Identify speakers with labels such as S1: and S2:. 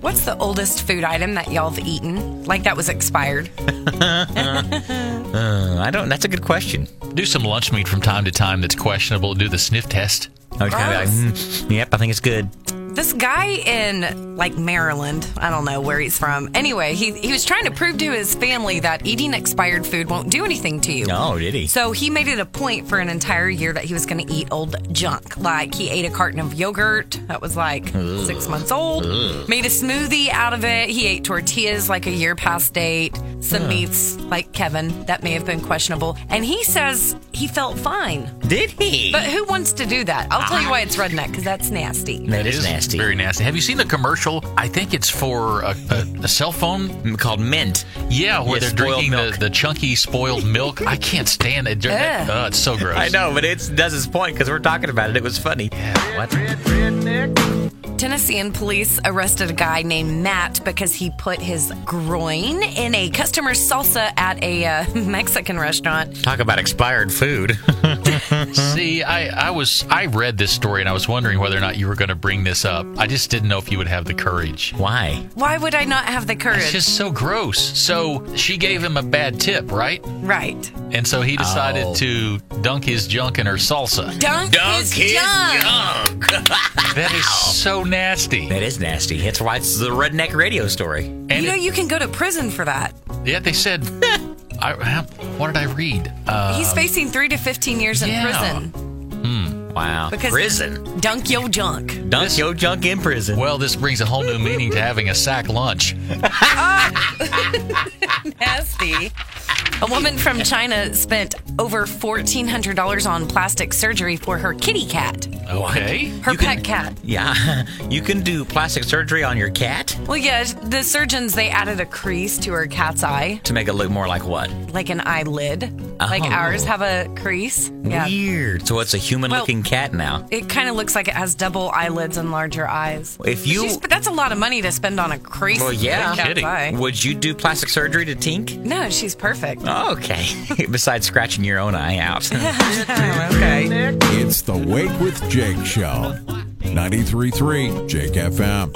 S1: What's the oldest food item that y'all have eaten? Like that was expired.
S2: Uh, I don't. That's a good question.
S3: Do some lunch meat from time to time that's questionable. Do the sniff test.
S2: I was kind of like, mm, yep, I think it's good.
S1: This guy in like Maryland, I don't know where he's from. Anyway, he, he was trying to prove to his family that eating expired food won't do anything to you.
S2: Oh, did he?
S1: So he made it a point for an entire year that he was going to eat old junk. Like he ate a carton of yogurt that was like six months old, made a smoothie out of it. He ate tortillas like a year past date, some meats like Kevin that may have been questionable. And he says he felt fine.
S2: Did he?
S1: But who wants to do that? I'll tell you why it's redneck because that's nasty.
S2: that is nasty.
S3: Very nasty. Have you seen the commercial? I think it's for a, a, a cell phone.
S2: Mm, Called mint.
S3: Yeah, where
S2: Yeah,
S3: they're
S2: spoiled
S3: drinking the,
S2: milk.
S3: the chunky spoiled milk. I can't stand it. That-
S1: Ugh.
S3: uh, it's so gross.
S2: I know, but it does his point because we're talking about it. It was funny. What?
S1: Tennessean police arrested a guy named Matt because he put his groin in a customer's salsa at a uh, Mexican restaurant.
S2: Talk about expired food.
S3: See, I, I was I read this story and I was wondering whether or not you were going to bring this up. I just didn't know if you would have the courage.
S2: Why?
S1: Why would I not have the
S3: It's
S1: courage?
S3: just so gross. So she gave him a bad tip, right?
S1: right.
S3: And so he decided
S2: Oh.
S3: to dunk his junk in her salsa.
S1: Dunk, is junk.
S3: That is so nasty.
S2: That is nasty. That's why it's the redneck radio story.
S3: And
S1: You know
S3: it-
S1: you can go to prison for that.
S3: yeah, they said. I, uh, what did I read? Uh,
S1: He's facing three to fifteen years in
S3: yeah.
S1: prison.
S2: Wow.
S1: Because-
S2: prison.
S1: Dunk yo junk.
S2: Dunk yo junk in prison.
S3: well, this brings a whole new meaning to having a sack lunch.
S1: Nasty. A woman from China spent over fourteen hundred dollars on plastic surgery for her kitty cat,
S3: Okay.
S1: her
S2: You
S1: pet
S2: can-
S1: cat.
S2: yeah. You can do plastic surgery on your cat
S1: Well, yeah, the surgeons they added a crease to her cat's eye,
S2: to make it look more like what?
S1: like an eyelid, like
S2: Oh.
S1: ours have a crease. Yeah,
S2: Weird. So it's a human looking cat now.
S1: it kind of looks like it has double eyelids and larger eyes.
S2: If you-
S1: She's- but that's a lot of money to spend on a crease.
S2: Well,
S1: in
S2: yeah.
S1: a cat's
S3: Kidding.
S1: eye.
S2: Would you do plastic surgery to Tink?
S1: No, she's perfect.
S2: Okay. Besides scratching your own eye out.
S4: It's the Wake with Jake Show. 93.3 Jake FM.